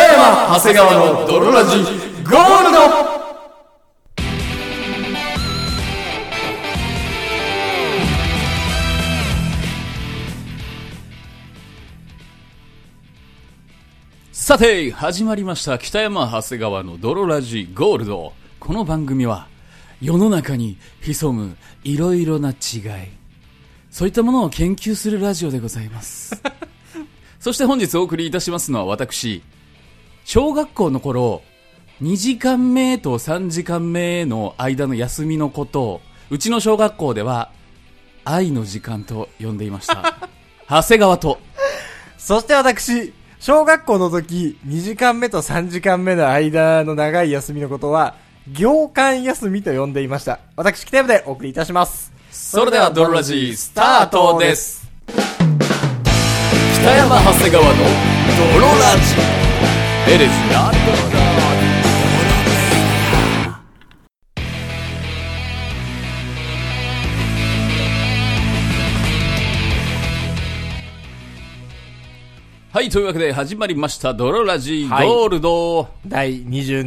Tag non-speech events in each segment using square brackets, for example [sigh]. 長谷川の泥ラジゴールドさて、始まりました。北山長谷川の泥ラジゴールド。この番組は、世の中に潜むいろいろな違い。そういったものを研究するラジオでございます。そして本日お送りいたしますのは私、小学校の頃、2時間目と3時間目の間の休みのことを、うちの小学校では、愛の時間と呼んでいました。長谷川と、そして私、小学校の時、2時間目と3時間目の間の長い休みのことは、行間休みと呼んでいました。私、北山でお送りいたします。それではドロラジースタートです北山長谷川のドロラジ It is not はい、というわけで始まりました、ドロラジはいゴールド、第27、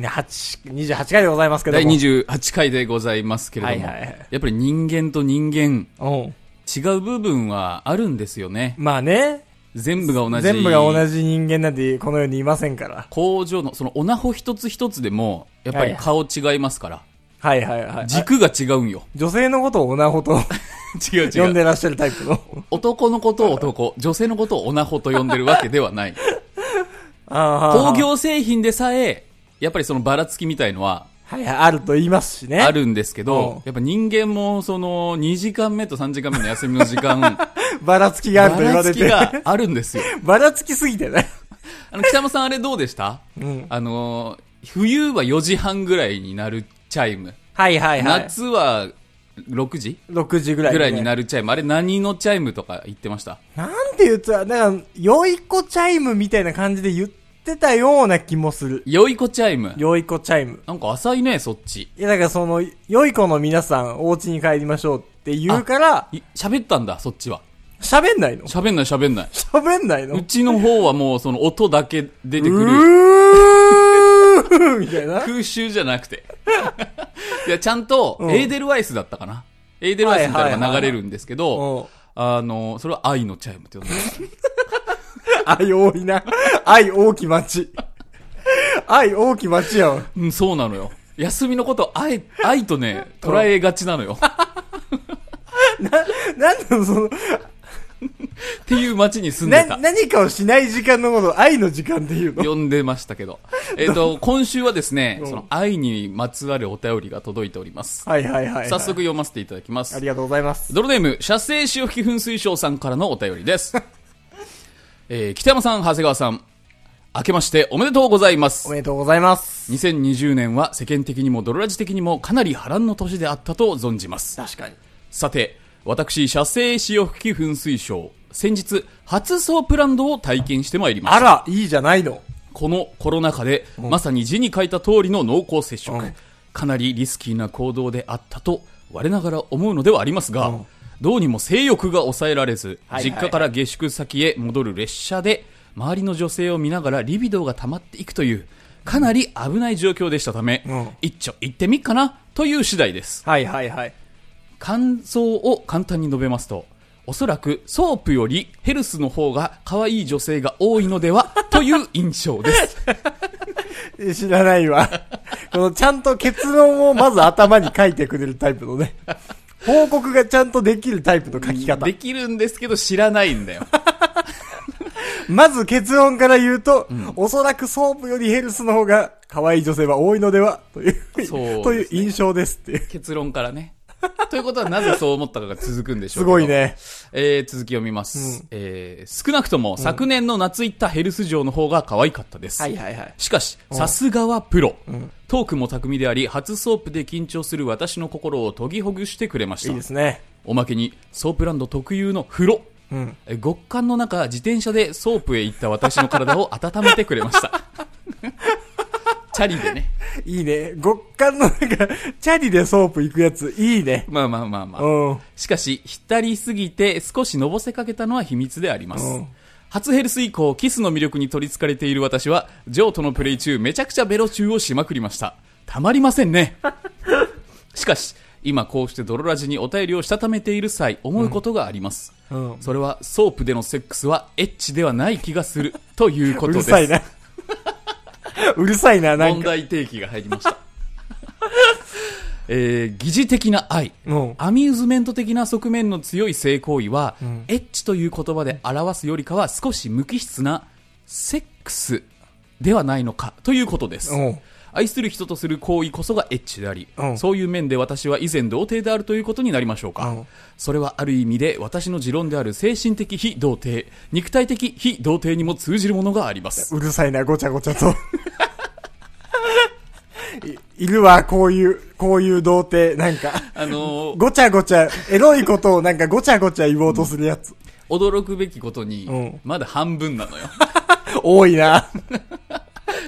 8 28回でございますけども。第28回でございますけれども、はいはいやっぱり人間と人間、うん。違う部分はあるんですよね。まあね、全部が同じ。全部が同じ人間なんてこの世にいませんから。工場の、その、オナホ一つ一つでも、やっぱり顔違いますから。はいはいはい。軸が違うん [laughs] よ。女性のことをオナホと違う呼 [laughs] 違んう。でらっしゃるタイプの。 [laughs] 男のことを男、女性のことをオナホと呼んでるわけではない。 [laughs] あー工業製品でさえ、やっぱりそのばらつきみたいのははいはい、あると言いますしね。あ。るんですけうんど、やっぱ人間もその2時間目と3時間目の休みの時間、 [laughs] ばばらつきがあると言わられつてきがあるんですよ。 [laughs] ばらつきすぎてね。あの、北山さんあれどうでしたうんあの、冬は4時半ぐらいになるチャイム。はいはいはい。夏は6時6時ぐらい、ぐらいになるる。チャイム。あれ何のチャイムとか言ってましたなんて言うとは、なんか、よいこチャイムみたいな感じで言ってたような気もする。よいこチャイム。よいこチャイム。なんか浅いね、そっち。いや、だからその、よい子の皆さん、お家に帰りましょうって言うから、い喋ったんだ、そっちは。喋んないの喋んない、喋ん [laughs] ない。喋んないうのちの方はもうその音だけ出てくる。うーんみたいな。空襲じゃなくて。 [laughs] いや、ちゃんと、うんエーデルワイスだったかな。エーデルワイスみたいなのはがいはいはい流れるんですけど、うん。あの、それは愛のチャイムって呼んでます。愛多いな。愛大き町。愛大き町やわ。うん、そうなのよ。休みのこと、愛、愛とね、捉えがちなの [laughs] よ。っなんでその、ていう街に住んでな、た。何かをしない時間のことを愛の時間って言う [laughs] の呼んでましたけ [laughs] ど。えっと、今週はですね、うんその愛にまつわるお便りが届いております。はいはいはい、はい。早速。読ませていただきますあ。りがとうございます。ドロネーム、射精潮吹き噴水賞さんからのお便りです。 [laughs] えー、北山さん、長谷川さん、明けましておめでとうございまおす。めでとうございます。 2020年は世間的にもドロラジ的にもかなり波乱の年であったと存じます。確かに。さて、私、射精潮吹き噴水賞、先日、初ソープランドを体験してまいりましたあ。ら、いいじゃないの。このコロナ禍で、まさに字に書いた通りの濃厚接触、うんかなりリスキーな行動であったと我ながら思うのではありますが、うんどうにも性欲が抑えられず、はいはいは実い家から下宿先へ戻る列車で周りの女性を見ながらリビドーが溜まっていくというかなり危ない状況でしたため、うん一丁行ってみっかなという次第ですはいはいはい。感想を簡単に述べますと、おそらくソープよりヘルスの方が可愛い女性が多いのではという印象です。え知らない [laughs] わ。このちゃんと結論をまず頭に書いてくれるタイプの [laughs] ね。報告がちゃんとできるタイプの書き方で。きるんですけど知らないんだよ。 [laughs] まず結論から言うと、おそらくソープよりヘルスの方が可愛い女性は多いのではという、そうですねという印象ですっていう。結論からね。ということはなぜそう思ったかが続くんでしょうすけどごい。ね。えー、続き読みます、えー少なくとも昨年の夏行ったヘルス嬢の方が可愛かったです。はいはい。しかし、さすがはプロ。トークも巧みであり、初ソープで緊張する私の心を研ぎほぐしてくれましいたいで。すね。おまけにソープランド特有の風呂、うんえ極寒の中自転車でソープへ行った私の体を温めてくれました [laughs] チャリでねいいね。極寒の中、チャリでソープ行くやつ、いいね。まあまあまあまあうん。しかし浸りすぎて少しのぼせかけたのは秘密であります、うん初ヘルス以降、キスの魅力に取り憑かれている私は、ジョーとのプレイ中、めちゃくちゃベロチューをしまくりました。たまりません [laughs] ね。しかし、今こうして泥ラジにお便りをしたためている際、思うことがあります。うんそれは、ソープでのセックスはエッチではない気がする、というこうとでるす。さいな。 [laughs] うるさいな、な問んか。題提起が入りま [laughs] した。えー疑似的な愛。うんアミューズメント的な側面の強い性行為は、んエッチという言葉で表すよりかは少し無機質なセックスではないのかということです。うん愛する人とする行為こそがエッチであり、うんそういう面で私は以前童貞であるということになりましょうか。うんそれはある意味で私の持論である精神的非童貞、肉体的非童貞にも通じるものがあります。うるさいな、ごちゃごちゃと。いいるわ、こういう、こういう童貞、なんか。あのーごちゃごちゃ、エロいことをなんかごちゃごちゃ言おうとするやつ。驚くべきことに、うんまだ半分なのよ。多いな。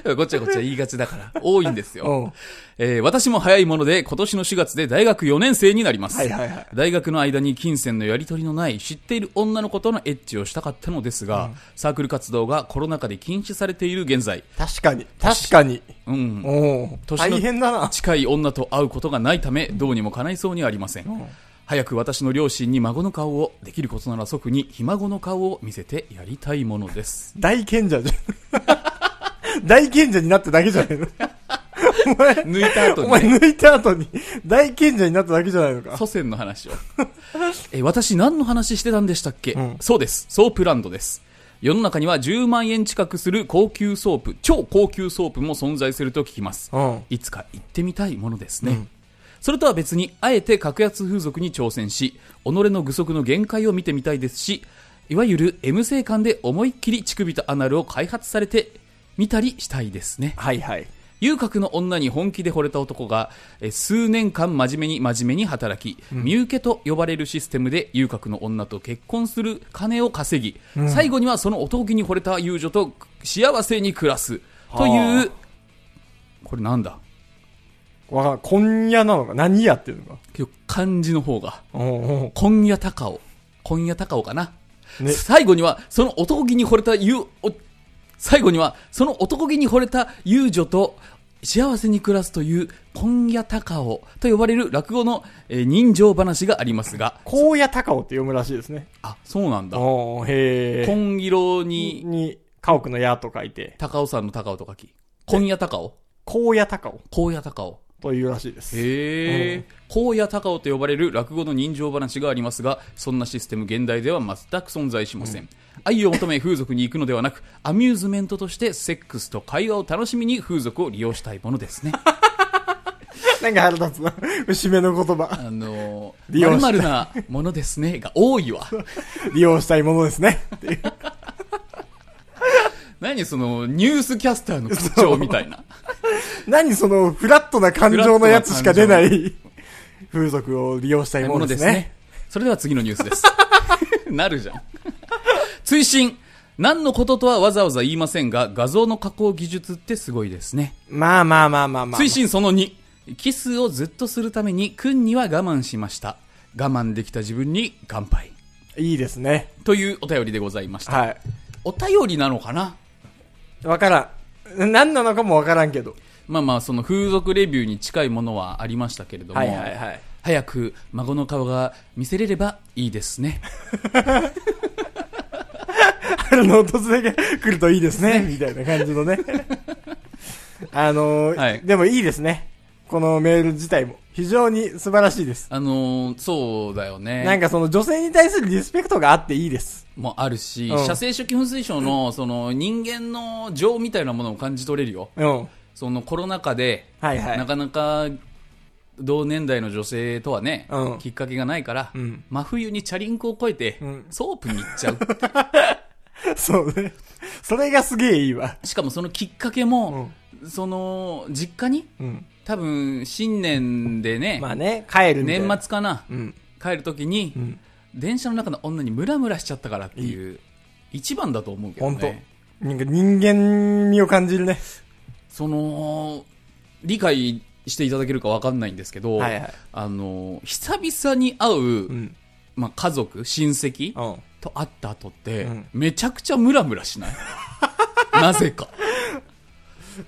[laughs] ごちゃごちゃ言いがちだから、多いんですうよん。えー私も早いもので、今年の4月で大学4年生になります。はいはいはい大学の間に金銭のやり取りのない、知っている女の子とのエッチをしたかったのですが、サークル活動がコロナ禍で禁止されている現在、確かに。確かに。うん、おう年の大変だな。近い女と会うことがないため、どうにも叶いそうにありません。早く私の両親に孫の顔を、できることなら即にひ孫の顔を見せてやりたいものです。大賢者じゃん。大賢者になっただけじゃないの。お [laughs] 前、抜いた後おに前ね、抜いた後に大賢者になっただけじゃないのか。祖先の話を。 [laughs] え、私何の話してたんでしたっけ、んそうです。ソープランドです。世の中には10万円近くする高級ソープ、超高級ソープも存在すると聞きます。うんいつか行ってみたいものですね。それとは別に、あえて格安風俗に挑戦し、己の具足の限界を見てみたいですし、いわゆる M 性感で思いっきり乳首とアナルを開発されてみたりしたいですね。はいはい。遊郭の女に本気で惚れた男がえー数年間真面目に真面目に働き、身請けと呼ばれるシステムで遊郭の女と結婚する金を稼ぎ、最後にはその男に惚れた遊女と幸せに暮らすといはうこれなんだわからん。今夜なのか何やっていうのか。けど漢字の方がうんうん今夜高尾今夜高尾かな、ね最後にはその男気に惚れた遊お最後にはその男気に惚れた遊女と幸せに暮らすという今夜高尾と呼ばれる落語の、えー人情話がありますが荒野高尾って読むらしいですね。あそうなんだおーへえ。金色にに、家屋の矢と書いて、高尾さんの高尾と書き今夜高尾荒野高尾荒野高尾というらしいです。へえ、荒野高尾と呼ばれる落語の人情話がありますがそんなシステム現代では全く存在しません、愛を求め風俗に行くのではなくアミューズメントとしてセックスと会話を楽しみに風俗を利用したいものです [laughs] ねなんか腹立つな。締めの言葉。あの利ま用るしたまるなものですねが多 [laughs] いわ利用したいものですね。っていう何そのニュースキャスターの口調みたいな何その、フラットな感情のやつしか出ない、風俗を利用したいももののでですすね。ね。それでは次のニュース [laughs] です。なるじゃん。追伸。何のこととはわざわざ言いませんが、画像の加工技術ってすごいですね。まあまあまあまあまあ。推進その2。キスをずっとするために、君には我慢しました。我慢できた自分に乾杯。いいですね。というお便りでございました。は。お便りなのかないわからん。何なのかもわからんけど。まあまあ、その風俗レビューに近いものはありましたけれども、はいはいはい。早く孫の顔が見せれればいいですね。 [laughs] 春の訪れが来るといいですね。みたいな感じのね。 [laughs] あのーはいでもいいですね。このメール自体も。非常に素晴らしいです。あのーそうだよね。なんかその女性に対するリスペクトがあっていいです。もあるし、うん射精初期噴水症のその人間の情みたいなものを感じ取れるよ。うん。そのコロナ禍で、はいはいなかなか同年代の女性とはね、うんきっかけがないから、ん真冬にチャリンコを越えて、んソープに行っちゃう。 [laughs] そうね。それがすげえいいわ。しかもそのきっかけも、その実家に、うん。多分新年でね、まあね、帰るみたい年な。末かな、うん。帰る時に、ん電車の中の女にムラムラしちゃったからっていう、一番だと思うけど本当、ね。なんか人間味を感じるね。その理解していただけるかわかんないんですけど、はいはいあの久々に会う、ん。まあ、家族親戚うん。と会った後って、うんめちゃくちゃムラムラし [laughs] ないなぜか。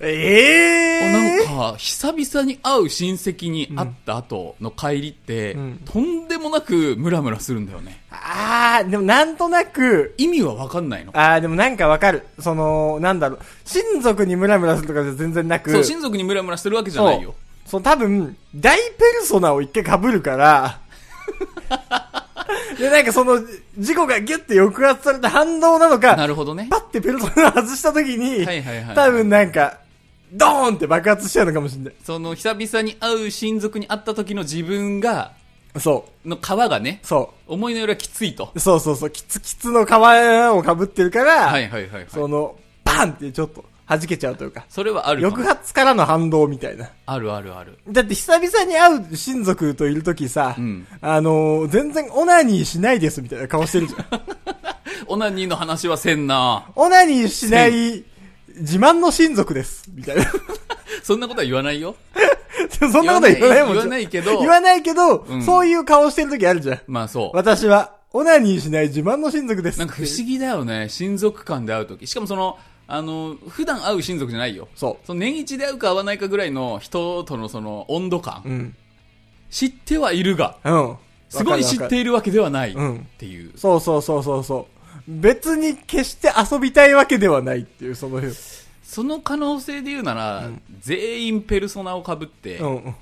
ええなんか、久々に会う親戚に会った後の帰りって、うんとんでもなくムラムラするんだよね。ああ、でもなんとなく、意味はわかんないの。ああ、でもなんかわかる。その、なんだろう。親族にムラムラするとかじゃ全然なく。そう、親族にムラムラしてるわけじゃないよ。そう、多分、大ペルソナを一回被 [laughs] るから、で、なんかその、事故がギュッて抑圧された反動なのなか、るほ [laughs] どねパ。ッてペルソナを外した時に、はいはいはい多分なんか、ドーンって爆発しちゃうのかもしれない。その、久々に会う親族に会った時の自分が、その皮がねう、、そ思いのよりはきついと。う、そうそうそう、キツキツの皮を被ってるから、はいはいはい、はい。その、バンってちょっと弾けちゃうというか、それはあるかも抑圧からの反動みたいな。あるあるある。だって久々に会う親族といるときさ、うんあのー全然オナニーしないですみたいな顔して [laughs] るじゃん。オナニーの話はせんなオナニーしない自慢の親族です。みたいな。 [laughs] そんなことは言わないよ。そんなことは言わないもん言わないけど言わないけど、んそういう顔してる時あるじゃん。まあそう。私は、オナニーしない自慢の親族です。なんか不思議だよね。親族間で会うとき。しかもその、あの、普段会う親族じゃないよ。そその年一で会うか会わないかぐらいの人とのその温度感。う。うん。知ってはいるが、うん。すごい知っる。ているわけではないっうんていう。そうそうそうそうそう。別に決して遊びたいわけではないっていう、その、うん。その可能性で言うなら、全員ペルソナをかぶって、うん。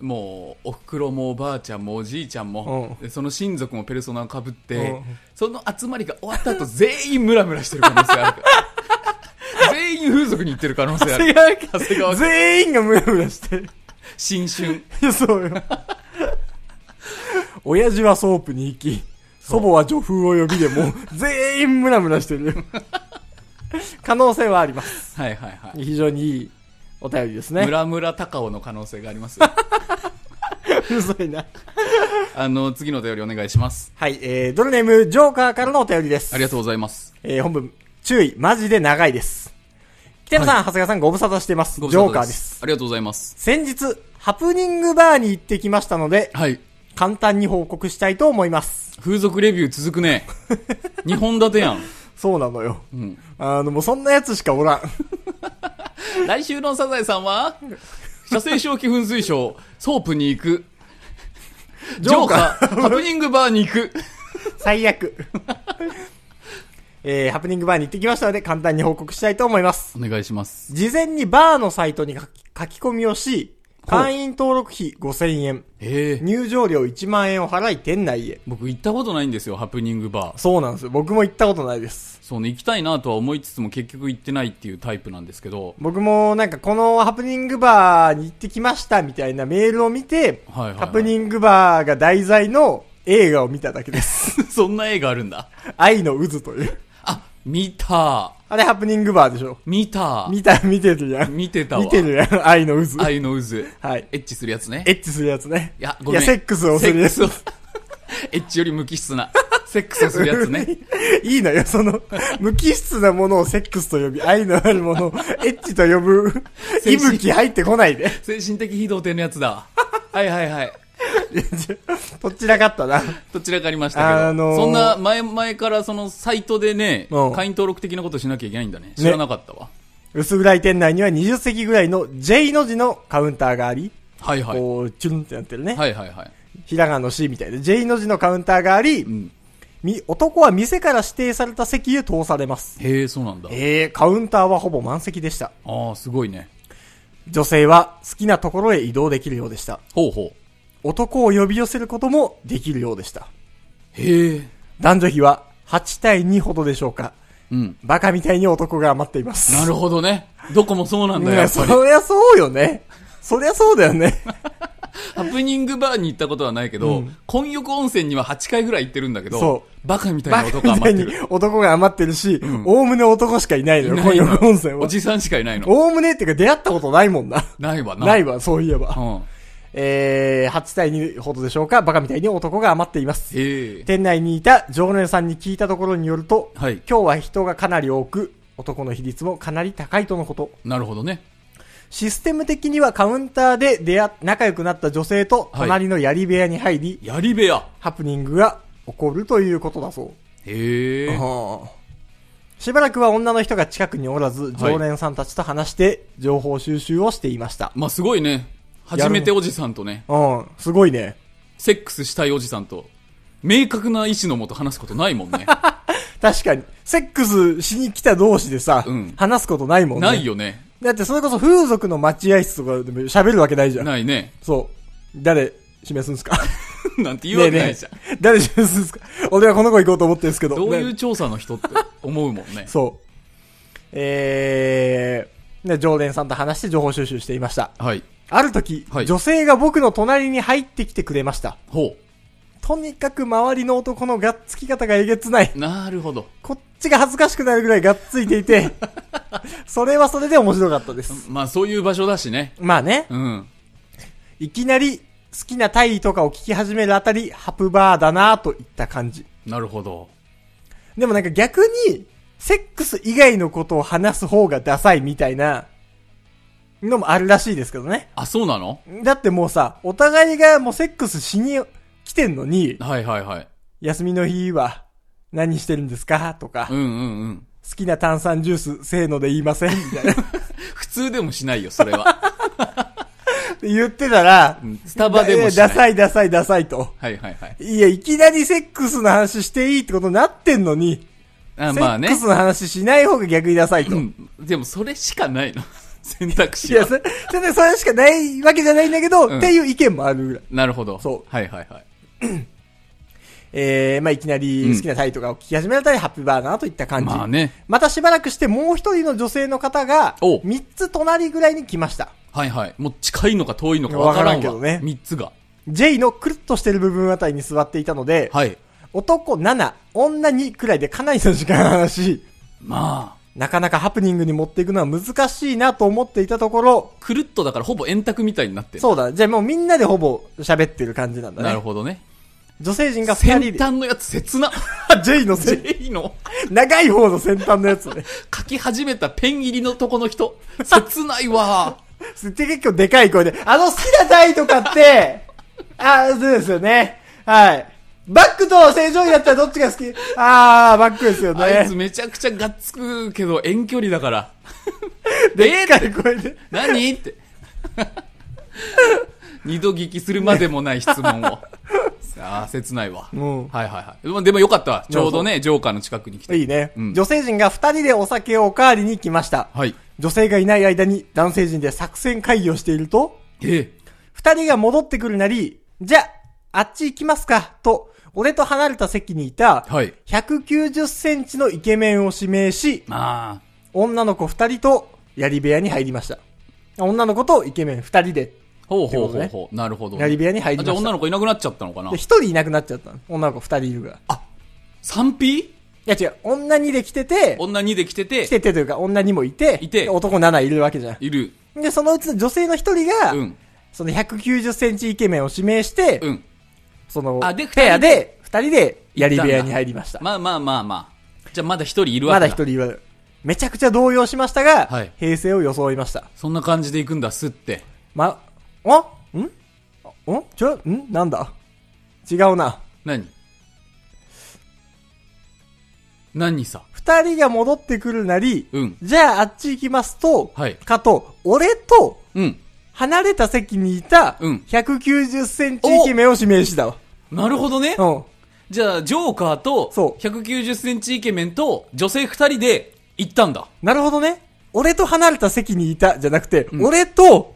もうおふくろもおばあちゃんもおじいちゃんも、その親族もペルソナをかぶって、うんその集まりが終わった後全員ムラムラしてる可能性ある [laughs] 全員風俗に行ってる可能性ある長谷川君全員がムラムラしてる。新春いやそうよ。親父はソープに行き、祖母は女風を呼びでも、全員ムラムラしてる。可能性はあります。はいはいはい、非常にいいお便りですムね。ラムラ高尾の可能性があります [laughs] うるさいな。あの次のお便りお願いしますはい、えー、ドルネーム、ジョーカーからのお便りです。ありがとうございますえー、本文、注意、マジで長いです。北山さん、長谷川さん、ご無沙汰してます。ジご無ョ沙汰ーカーです。ありがとうございます先日、ハプニングバーに行ってきましたので、はい簡単に報告したいと思います。風俗レビュー続く [laughs] ね二本立てやん、そうなのよ。うん、あの、もうそんなやつしかおらん。来週のサザエさんは、射精正気噴水ショー、ソープに行く。ジジョョーーカカー、ハプニングバーに行く。最悪。 [laughs] えー、ハプニングバーに行ってきましたので、簡単に報告したいと思います。お願いします。事前にバーのサイトに書き書き込みをし、ほう会員登録費5000円、ええ入場料1万円を払い店内へ。僕行ったことないんですよ、ハプニングバー。そうなんですよ。僕も行ったことないです。そうね、行きたいなとは思いつつも結局行ってないっていうタイプなんですけど、 [laughs] 僕もなんかこのハプニングバーに行ってきましたみたいなメールを見て、はいはいはいハプニングバーが題材の映画を見ただけです。そんな映画あるんだ。 [laughs] 愛の渦という。あ、見た。あれハプニングバーでしょ。見た。見た、見てるやん。見てたわ。見てるやん。愛の渦。愛の渦。はい。エッチするやつね。エッチするやつね。いや、ごめん。セックスをするやつ。セックスを [laughs] エッチより無機質な。セックスをするや [laughs] つね。。いいのよ、その、無機質なものをセックスと呼び、愛のあるものを [laughs] エッチと呼ぶ、精息神吹入ってこないで。 [laughs] 精神的非同定のやつだ。はいはいはい。どちらかったな。どちらかありましたけど、あのーそんな前々からそのサイトでね、うん会員登録的なことしなきゃいけないんだね。知らなかったわ。薄暗い店内には20席ぐらいの J の字のカウンターがあり、はいはい。こう、チュンってなってるね。はいはいはい。ひらがなの C みたいな J の字のカウンターがあり、うん。み男は店から指定された席へ通されます。へえ、そうなんだ。えー、カウンターはほぼ満席でした。ああ、すごいね。女性は好きなところへ移動できるようでした。ほうほう。男を呼び寄せることもできるようでした。へえ。男女比は8対2ほどでしょうか。うん。バカみたいに男が余っています。なるほどね。どこもそうなんだいよ、やや、っぱそり。りゃそうよね。そりゃそうだよね。ハプニングバーに行ったことはないけど、うん混浴温泉には8回ぐらい行ってるんだけどそ、バカみたいバなカ [laughs] 男がみた待いってにる。男が余ってるし、んおおむね男しかいないのよ、いな今い夜の温泉おは。じさんしかいないの。おおむねっていうか出会ったことないもんな。ないわな。。ないいわ、そういえうば。ん。えー、8対2ほどでしょうか、バカみたいに男が余っています。へえ。店内にいた常連さんに聞いたところによると、はい今日は人がかなり多く、男の比率もかなり高いとのこと。なるほどね。システム的にはカウンターで出会っ仲良くなった女性とはい隣の槍部屋に入り、やり部屋。ハプニングが起こるということだそう。へえ。うんしばらくは女の人が近くにおらず、常連さんたちと話して、情報収集をしていました。まあすごいね。初めておじさんとね、うん、すごいね。セックスしたいおじさんと、明確な意思のもと話すことないもん [laughs] ね。確かに、セックスしに来た同士でさ、うん話すことないもんね。ないよね。だってそれこそ風俗の待合室とかでも喋るわけないじゃん。ないね。 [laughs] そう。誰、示すんすか [laughs] なんて言うわけないじゃん。ねえねえ誰示すんすか [laughs] 俺はこの子行こうと思ってるんですけど。どういうね調査の人って思うもんね。そう。えー、で、常連さんと話して情報収集していました。はい。ある時、はい女性が僕の隣に入ってきてくれました。ほ。。とにかく周りの男のがっつき方がえげつないうなるほど。こっちが恥ずかしくなるぐらいがっついて [laughs] いて、それはそれで面白かったです。まあそういう場所だしね。まあね、うん。いきなり好きなタイとかを聞き始めるあたり、ハプバーだなといった感じ。なるほど。でもなんか逆に、セックス以外のことを話す方がダサいみたいな、のもあるらしいですけどね。あ、そうなのだってもうさ、お互いがもうセックスしに来てんのに、はいはいはい。休みの日は何してるんですかとか、うんうんうん。好きな炭酸ジュース、せーので言いませんみたいな。普通でもしないよ、それ [laughs] は。言ってたら、うんスタバでもしだない。ダサいダサいダサいと。はいはいはい。いや、いきなりセックスの話していいってことになってんのに、あまあねセッ。クスの話しない方が逆にダサいと。うん。でもそれしかないの。 [laughs] 選択い肢や、は。それ、それそれしかないわけじゃないんだけど、うんっていう意見もあるぐらい。なるほど。そうはいはいはい。えー、まあいきなり好きなタイとかを聞き始めたり、ハッピーバーナーといった感じ。まあね。またしばらくしてもう一人の女性の方が、お三つ隣ぐらいに来ました。はいはい。もう近いのか遠いのかわからんわ。わからんけどね三つが。 J のくるっとしてる部分あたりに座っていたので、はい。男7、女2くらいでかなりの時間話し、まあ、なかなかハプニングに持っていくのは難しいなと思っていたところ、くるっとだからほぼ円卓みたいになってる。そうだ、じゃあもうみんなでほぼ喋ってる感じなんだね。なるほどね。女性陣が2人先で、端のやつ切な。 [laughs] J のせ、 J の長い方の先端のやつね。書き始めたペン入りのとこの人。切ないわ。で結構でかい声で、あの好きな台とかって、 [laughs] あーそうですよね。はい。バックと正常位だったらどっちが好きあー、バックですよあいつね。めちゃくちゃがっつくけど遠距離だから。 [laughs] でっかい声で。何って。 [laughs] 二度聞きするまでもない質問 [laughs] を。ああ、切ないわ。うんはいはいはいまあ。でもよかったわ。ちょうどね、ジョーカーの近くに来て。いいね、うん女性陣が2人でお酒をおかわりに来ました。はい。女性がいない間に男性陣で作戦会議をしていると、ええ。二人が戻ってくるなり、じゃあ、あっち行きますか、と、俺と離れた席にいた、はい。 190センチのイケメンを指名し、まあ、女の子二人と、槍部屋に入りました。女の子とイケメン二人で、ほうほうほうほう。なるほど。槍部屋に入りあまじゃあした。女の子いなくなっちゃったのかなで、一人いなくなっちゃったの。女の子二人いるから。 ?3P? いや違う、女にで来てて、女2で来て来て、ててというか、女にもいて、いてで男7いるわけじゃいる。ん。で、そのうちの女性の一人が、うん。その190センチイケメンを指名して、うん。そのあで、ペアで、二人で、槍部屋に入りました。まあまあまあまあ。じゃあまだ1人いるわまけだだ。一人言われる。めちゃくちゃ動揺しましたが、はい平成を装いました。そんな感じで行くんだ、すって。ま、あんんあちょ、んなんだ違うな。何何さ二人が戻ってくるなり、うん。じゃああっち行きますと、はいかと、俺とうん。離れた席にいた、うん190センチイケメンを指名したわ。なるほどね。うん。じゃあ、ジョーカーと、そう190センチイケメンと、女性二人で行ったんだ。なるほどね。俺と離れた席にいた、じゃなくて、うん俺と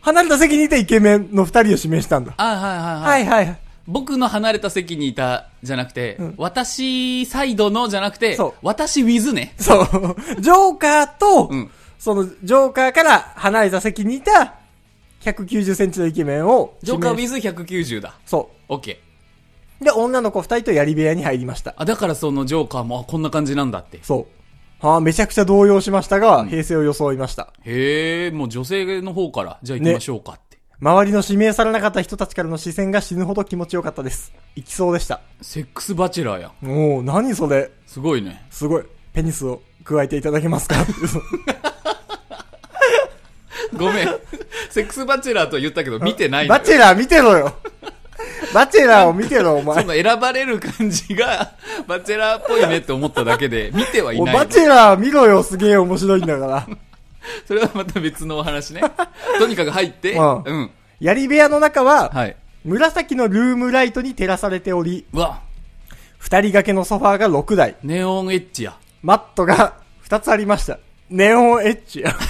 離れた席にいたイケメンの二人を指名したんだ。あはいはいはい。はいはいはい。僕の離れた席にいた、じゃなくて、ん私サイドのじゃなくてそう、私ウィズね。 [laughs] そう。ジョーカーと、うんその、ジョーカーから離れた席にいた、190センチのイケメンを、ジョーカーウ指名ィズ190だ。そオッケー。う。で、女の子二人と槍部屋に入りました。あ、だからそのジョーカーも、あこんな感じなんだって。そう。はあ、めちゃくちゃ動揺しましたが、ん平成を装いました。へえ、もう女性の方から、じゃあ行きましょうかって。周りの指名されなかった人たちからの視線が死ぬほど気持ちよかったです。行きそうでした。セックスバチェラーやん。おお何それ。すごいね。すごい。ペニスを加えていただけますかごめん。セックスバチェラーとは言ったけど、 [laughs] 見てないのバよ [laughs] チェラー見てろよ。バチェラーを見てろ、おそ前。の選ばれる感じが、バチェラーっぽいねって思っただけ [laughs] で、見てはいおないバ。チェラー見ろよ、すげえ面白いん [laughs] だから。それはまた別のお話ね。とにかく入って、うんうん。槍部屋の中は、はい。紫のルームライトに照らされており、うわ、二人掛けのソファーが6台、ネオンエッジや。マットが2つありました。ネオンエッチや。 [laughs]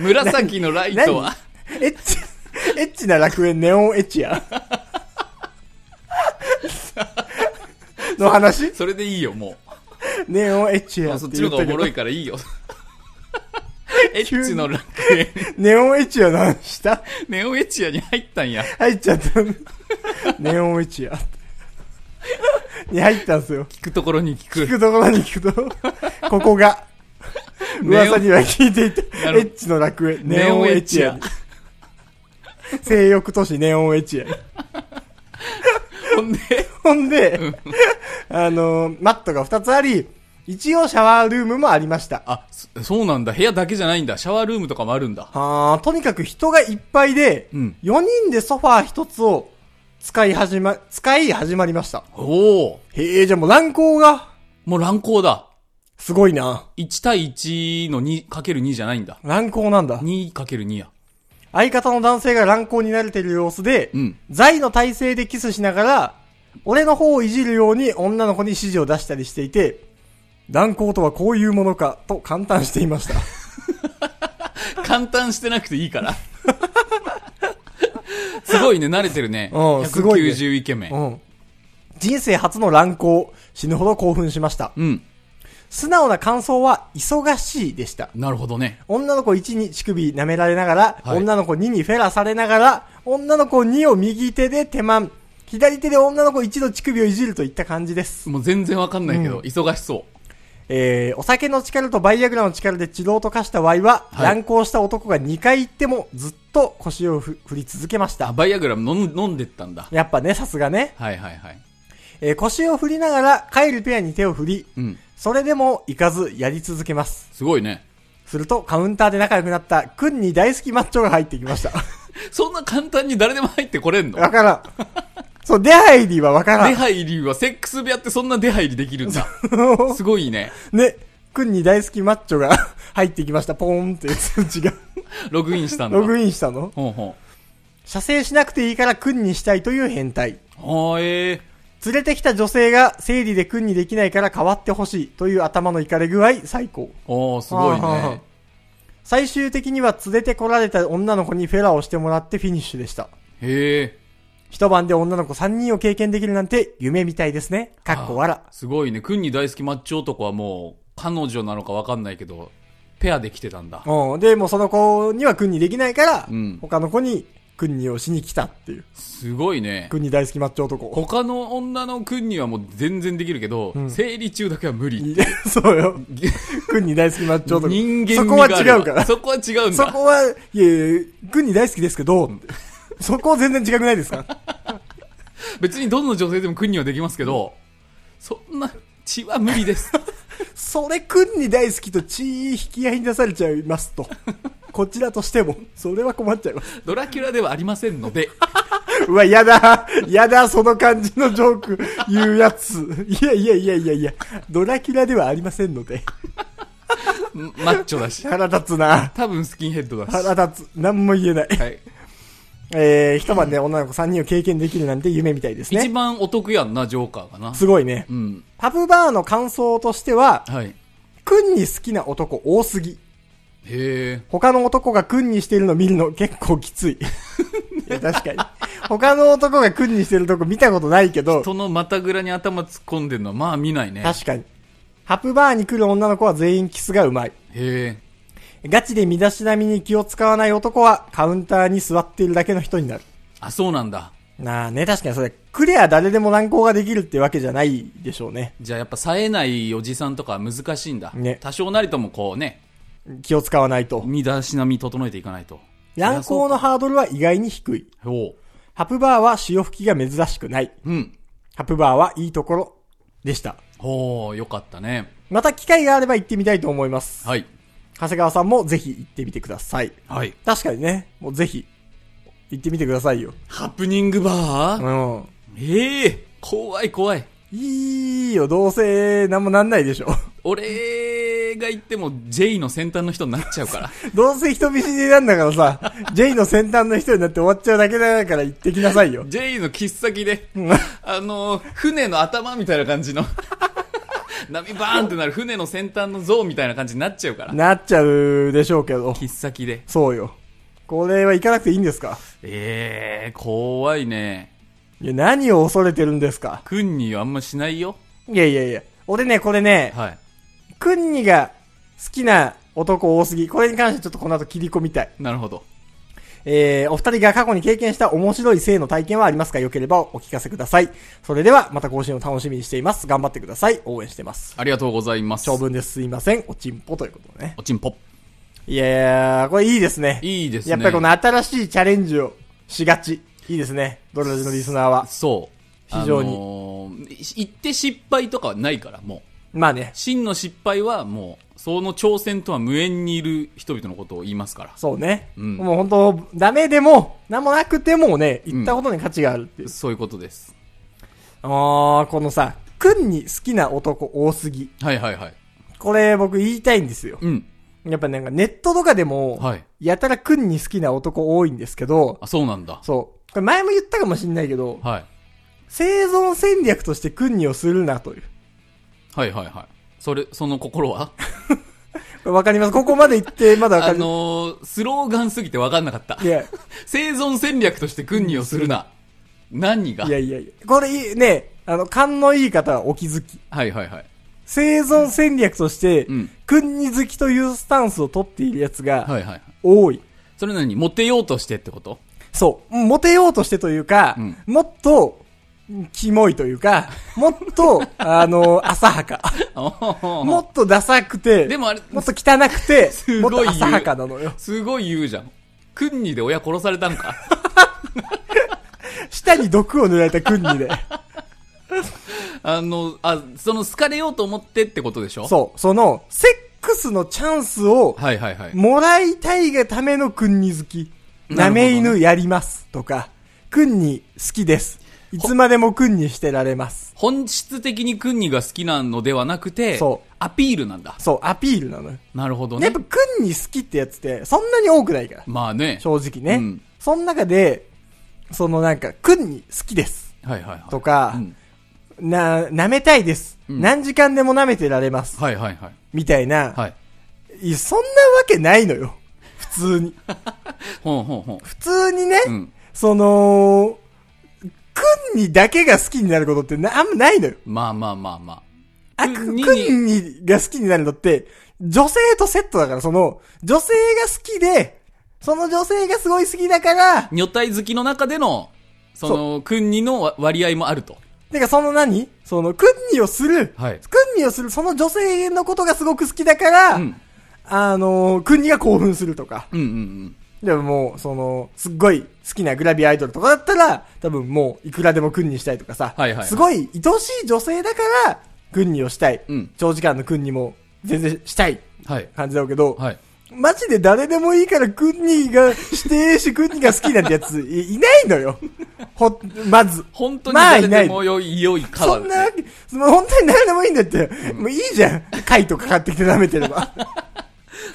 紫のライトは、エッチ、エッチな楽園ネオンエッチ [laughs] や。の話それでいいよ、もネオンエッチう。やまあってそっち言のっ方がおたけもどろいからいい [laughs] よ。エッチの楽園、ネオンエッチやな、したネオンエッジやに入ったんや。入っちゃった。 [laughs] ネオンエッチや。に入ったんすよ。聞くところに聞聞く。くところに聞くと、こ [laughs] こが、噂には聞いていた、なエるほどッチの楽園、ネネオンオンエエッッチチやや。性欲都市ネオンエッチや。ほんで、ほん [laughs] で、あのーマットが2つあり、一応シャワールームもありました。あ、そそうなんだ。部屋だけじゃないんだ。シャワールームとかもあるんだ。はあ、とにかく人がいっぱいで、うん4人でソファー1つを使い始ま、使い始まりました。おお、へえ、じゃあもう乱行が、もう乱行だ。すごいな。 1対1の2かける2じゃないんだ。乱行なんだ。 2かける2や。相方の男性が乱行に慣れてる様子で、うん。在の体勢でキスしながら、俺の方をいじるように女の子に指示を出したりしていて、乱行とはこういうものか、と感嘆していま [laughs] した。簡単してなくていいから。 [laughs] すごいね、慣れてる [laughs] ね。うんすごいね190イケメン。うん。人生初の乱行、死ぬほど興奮しました。うん。素直な感想は、忙しいでした。なるほどね。女の子1に乳首舐められながら、はい女の子2にフェラされながら、女の子2を右手で手満、左手で女の子1の乳首をいじるといった感じです。もう全然わかんないけど、うん忙しそえーお酒の力とバイアグラの力で治療と化したワイは、はい乱行した男が2回行ってもずっと腰をふ振り続けましう。あ、た。バイアグラム飲ん飲んでったんだ。やっぱね、さすがね。はいはいはい。えー腰を振りながら、帰るペアに手を振り、うん。それでも行かずやり続けます。すごいね。すると、カウンターで仲良くなった、くんに大好きマッチョが入ってきました。そんな簡単に誰でも入ってこれん [laughs] のわからん。そう、出入りはわから出ん。 [laughs] 入りはセックス部屋ってそんな出入りできるんだ。すごいね。ね、くんに大好きマッチョが [laughs] 入ってきました。ポーンっていう数値が。ログインしたんだ。ログインしたのほうほ射精しなくていいからくんにしたいという変態。う。はえー。連れてきた女性が生理で君にできないから変わってほしいという頭のいかれ具合最高。おー、すごいはあはあね。最終的には連れてこられた女の子にフェラをしてもらってフィニッシュでした。へえ。一晩で女の子3人を経験できるなんて夢みたいですね。かっこわら。すごいね。くんに大好きマッチ男はもう、彼女なのかわかんないけど、ペアで来てたんだ。うん。で、もうその子には君にできないから、うん他の子に君にをしに来たっていう。すごいね。君に大好きマッチョ男。他の女のくんにはもう全然できるけど、ん生理中だけは無理。 [laughs] そ [laughs] うよ。君に大好きマッチョ男。人間そ味こがはあるわ違うから。そこは違うんそだ。こは、いえいえ、軍に大好きですけど、そこ全然違くないですか別にどの女性でもくんにはできますけど、そんな血は無理 [laughs] です。それ軍に大好きと血引き合いに出されちゃいますと。こちらとしても、それは困っちゃいます。ドラキュラではありませんので、うわ、やだ、やだ、その感じのジョーク言うやつ。いやいやいやいやいや、ドラキュラではありませんので。んマッチョだし。腹立つな。多分スキンヘッドだし。は腹立つ。何も言えない。い。えー、一晩で女の子3人を経験できるなんて夢みたいです一ね。番お得やんな、ジョーカーかな。すごいね。うん。パブバーの感想としては、はい。へ君に好きな男多すぎ。え。他の男が君にしてるの見るの結構きつい。い [laughs] や、確かに。他の男が君にしてるとこ見たことないけど、そのまたぐらに頭突っ込んでるのは、まあ見ないね。確かに。ハプバーに来る女の子は全員キスがうまい。へえ。ガチで身だしなみに気を使わない男はカウンターに座っているだけの人になる。あ、そうなんだ。なあね、確かにそれ、クレア誰でも乱行ができるってわけじゃないでしょうね。じゃあやっぱ冴えないおじさんとかは難しいんだ。ね多少なりともこうね、気を使わないと。身だしなみ整えていかないと。乱行のハードルは意外に低い。おう。ハプバーは潮吹きが珍しくない。うん。ハプバーはいいところでした。おう、よかったね。また機会があれば行ってみたいと思います。はい。長谷川さんもぜひ行ってみてください。はい。確かにね、もうぜひ行ってみてくださいよ。ハプニングバー、うん。ええ怖い怖い。いいよ、どうせ、なんもなんないでしょ。俺が言っても J の先端の人になっちゃうから。どうせ人見知りなんだからさ、J の先端の人になって終わっちゃうだけだから行ってきなさいよ。 J の切っ先で、うんあの、船の頭みたいな感じの。 [laughs] 波バーンってなる船の先端の像みたいな感じになっちゃうから。なっちゃうでしょうけど。切っ先で。そうよ。これは行かなくていいんですかええー、怖いね。いや、何を恐れてるんですか君にあんましないよ。いやいやいや。俺ね、これね、はい。クンニが好きな男多すぎ。これに関してちょっとこの後切り込みたい。なるほど。えー、お二人が過去に経験した面白い性の体験はありますかよければお聞かせください。それでは、また更新を楽しみにしています。頑張ってください。応援してます。ありがとうございます。長文です。すいません。おちんぽということでね。おちんぽ。いやー、これいいですね。いいですね。やっぱりこの新しいチャレンジをしがち。いいですね。ドロラジのリスナーは。そう。非常にあのーい言って失敗とかはないから、もう。まあね。真の失敗はもう、その挑戦とは無縁にいる人々のことを言いますから。そうね。うんもう本当ダメでも、なんもなくてもね、言ったことに価値があるっていう。そういうことです。あー、このさ、くんに好きな男多すぎ。はいはいはい。これ僕言いたいんですよ。うん。やっぱなんかネットとかでも、はい。やたらくんに好きな男多いんですけど、あ、そうなんだ。そう。これ前も言ったかもしんないけど、はい。生存戦略としてくんにをするなという。はいはいはい。それ、その心はこれわかりますここまで言って、まだわかありまのー、スローガンすぎて分かんなかったす。。いや、生存戦略として君にをするな。何がいやいやいや。これいいね、あの、勘のいい方はお気づき。はいはいはい。生存戦略としてう、ん。くんに好きというスタンスを取っているやつが、はいはいはい。多い。それなにモテようとしてってことそう。モテようとしてというか、うんもっと、キモいというか、もっと、あの、浅はか。ももっとダサくて、でもあれ、もっと汚くて、すもごっいと浅はかなのよ。すごい言うじゃん。君にで親殺されたんか舌に毒を塗られた君にで。あの、あ、その好かれようと思ってってことでしょそう。その、セックスのチャンスをはいはいはい。もらいたいがための君に好き。なる舐ほどめね犬やります。とか、君に好きです。いつまでも君にしてられます。本質的に君にが好きなのではなくて、そうアピールなんだ。そう、アピールなのよ。なるほどでやねっ。ぱ君に好きってやつって、そんなに多くないから。まあね。正直ね。うんその中で、そのなんか、君に好きです。はいはいはい。とか、うんな、舐めたいです、うん何時間でも舐めてられます。はいはいはい。みたいな、はい。いやそんなわけないのよ。普通 [laughs] に。ほんほんほん。普通にね、うん。その、君にだけが好きになることってなあんまないのよ。まあまあまあまあ。あ、く君にが好きになるのって、女性とセットだから、その、女性が好きで、その女性がすごい好きだから、女体好きの中での、そその、君にの割合もあると。てかその何その、君にをする、はい。君にをする、その女性のことがすごく好きだから、うん。あのー、君にが興奮するとか。うんうんうん。でももう、その、すっごい好きなグラビアアイドルとかだったら、多分もう、いくらでも君にしたいとかさ、はいはいはいすごい愛しい女性だから、君にをしたい。うん長時間の君にも、全然したいはい。感じだろうけど、はい。マジで誰でもいいから君にがしてえし、君にが好きなんてや [laughs] つ、いいないのよ。ほ、まず。本当にまあ誰いないでもよい、良いかそはんなわけ、もう本当に誰でもいいんだって。もういいじゃん。貝とか買ってきて舐めて [laughs] れば。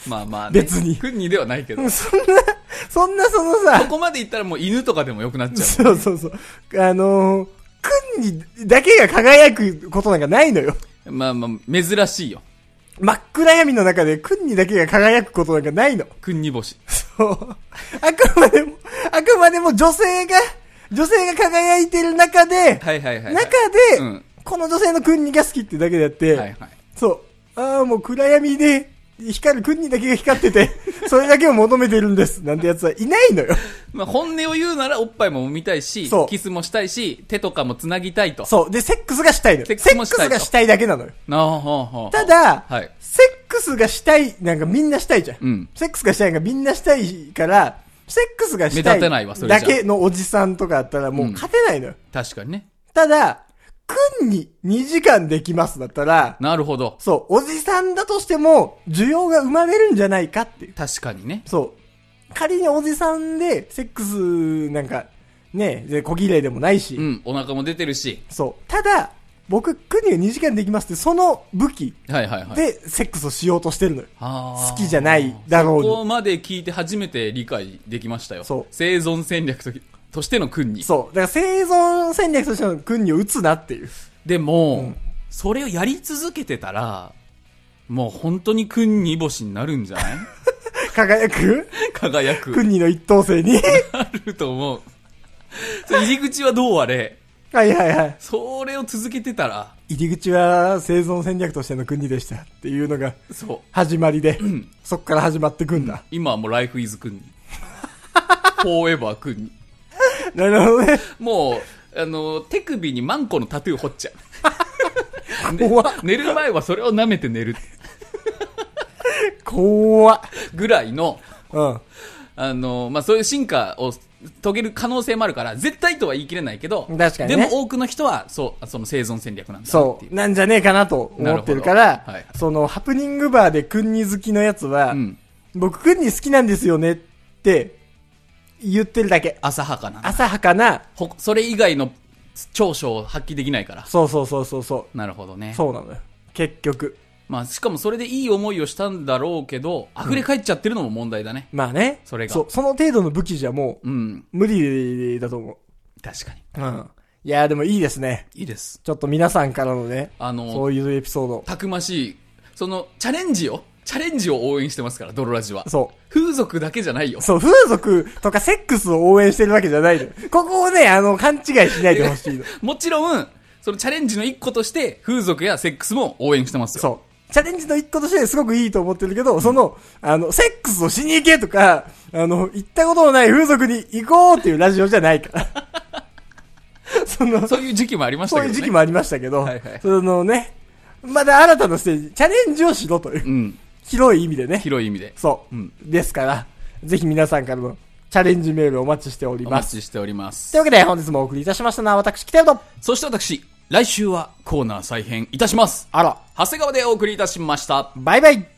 まあまあね。別に君にではないけど。こそんな、そんなそのさ、こまでいったらもう犬とかでも良くなっちゃう。そうそうそう。あのー、君にだけが輝くことなんかないのよ。まあまあ、珍しいよ。真っ暗闇の中で君にだけが輝くことなんかないの。君に星。そう。あくまでも、あくまでも女性が、女性が輝いてる中で、はいはいはい、はい。中で、うんこの女性の君にが好きってだけであって、はいはい。そう。ああ、もう暗闇で、光る君にだけが光っ [laughs] てて、それだけを求めてるんです。なんてやつはいないのよ。まあ、本音を言うならおっぱいも揉みたいしそう、キスもしたいし、手とかも繋ぎたいと。そう。で、セックスがしたいのよ。セセッッククススもしたいとがしたいだけなのよ。なあほうほうほうた、だ、はい。セックスがしたい、なんかみんなしたいじゃん。うんセックスがしたいがみんなしたいから、セックスがした目立てないわそいれじゃだけのおじさんとかだったらもう勝てないのよ。確かにね。ただ、君に2時間できますだったら、なるほど。そう、おじさんだとしても、需要が生まれるんじゃないかっていう。確かにね。そう。仮におじさんで、セックスなんか、ね、で小綺麗でもないし、うん、お腹も出てるし。そう。ただ、僕、クニが2時間できますって、その武器はいはいはい。でセックスをしようとしてるのよ。好好きじゃないだろうにそこまで聞いて初めて理解できましたよ。そう生存戦略ととしての君に。そう。だから生存戦略としてのクニを撃つなっていう。 [laughs] でも、うんそれをやり続けてたら、もう本当に君に星になるんじゃない [laughs] 輝く輝く。クニの一等 [laughs] 星に。なると思う。それ入り口はどうあれはいはいはい。それを続けてたら、入り口は生存戦略としての国でしたっていうのがそう。始まりで、そっから始まってくんだ。今はもうライフイズ [laughs] 君に。フォーエバー君に。なるほどね。もう、あの、手首にマンコのタトゥー彫っちゃう。で怖っ寝る前はそれを舐めて寝る怖っ。ぐらいの、うん。あの、まあ、そういう進化を遂げる可能性もあるから、絶対とは言い切れないけど、確かにねでも多くの人は、そう、その生存戦略なんだなっそ。ていうなんじゃねえかなと思ってるなかるら、ほどはいそのハプニングバーでクンニ好きのやつは、うん僕クンニ好きなんですよねって言ってるだけ。浅はかな。浅はかな、ほそれ以外の長所を発揮できないから。そうそうそうそうそなるほどねう。。そうなのよ。結局。まあ、しかもそれでいい思いをしたんだろうけど、溢れ返っちゃってるのも問題だね。まあね。それがう。その程度の武器じゃもう、うん、無理だと思確かに。う。うん。いやーでもいいですね。いいです。ちょっと皆さんからのね、あの、そういうエピソード。たくましい、その、チャレンジを、チャレンジを応援してますから、ドロラジは。そ風俗だけじゃないよう。。そう、風俗とかセックスを応援してるわけじゃないのよ。ここをね、あの、勘違いしないでほしい [laughs] の。もちろん、そのチャレンジの一個として、風俗やセックスも応援してますよ。そう。チャレンジの一個としてすごくいいと思ってるけど、その、あの、セックスをしに行けとか、あの、行ったことのない風俗に行こうっていうラジオじゃな [laughs] いから。その、そういう時期もありましたそうけど、いうね。時期もありましたけど、はいはいそのね、まだ新たなステージ、チャレンジをしろという、うん。広い意味でね。広い意味で。そう、うんですから、ぜひ皆さんからのチャレンジメールお待ちしておりおま待す。ちしておりますとい。うわけで本日もお送りいたしましたのは私、北山と。そして私、来週はコーナー再編いたします。あら、長谷川でお送りいたしました。バイバイ。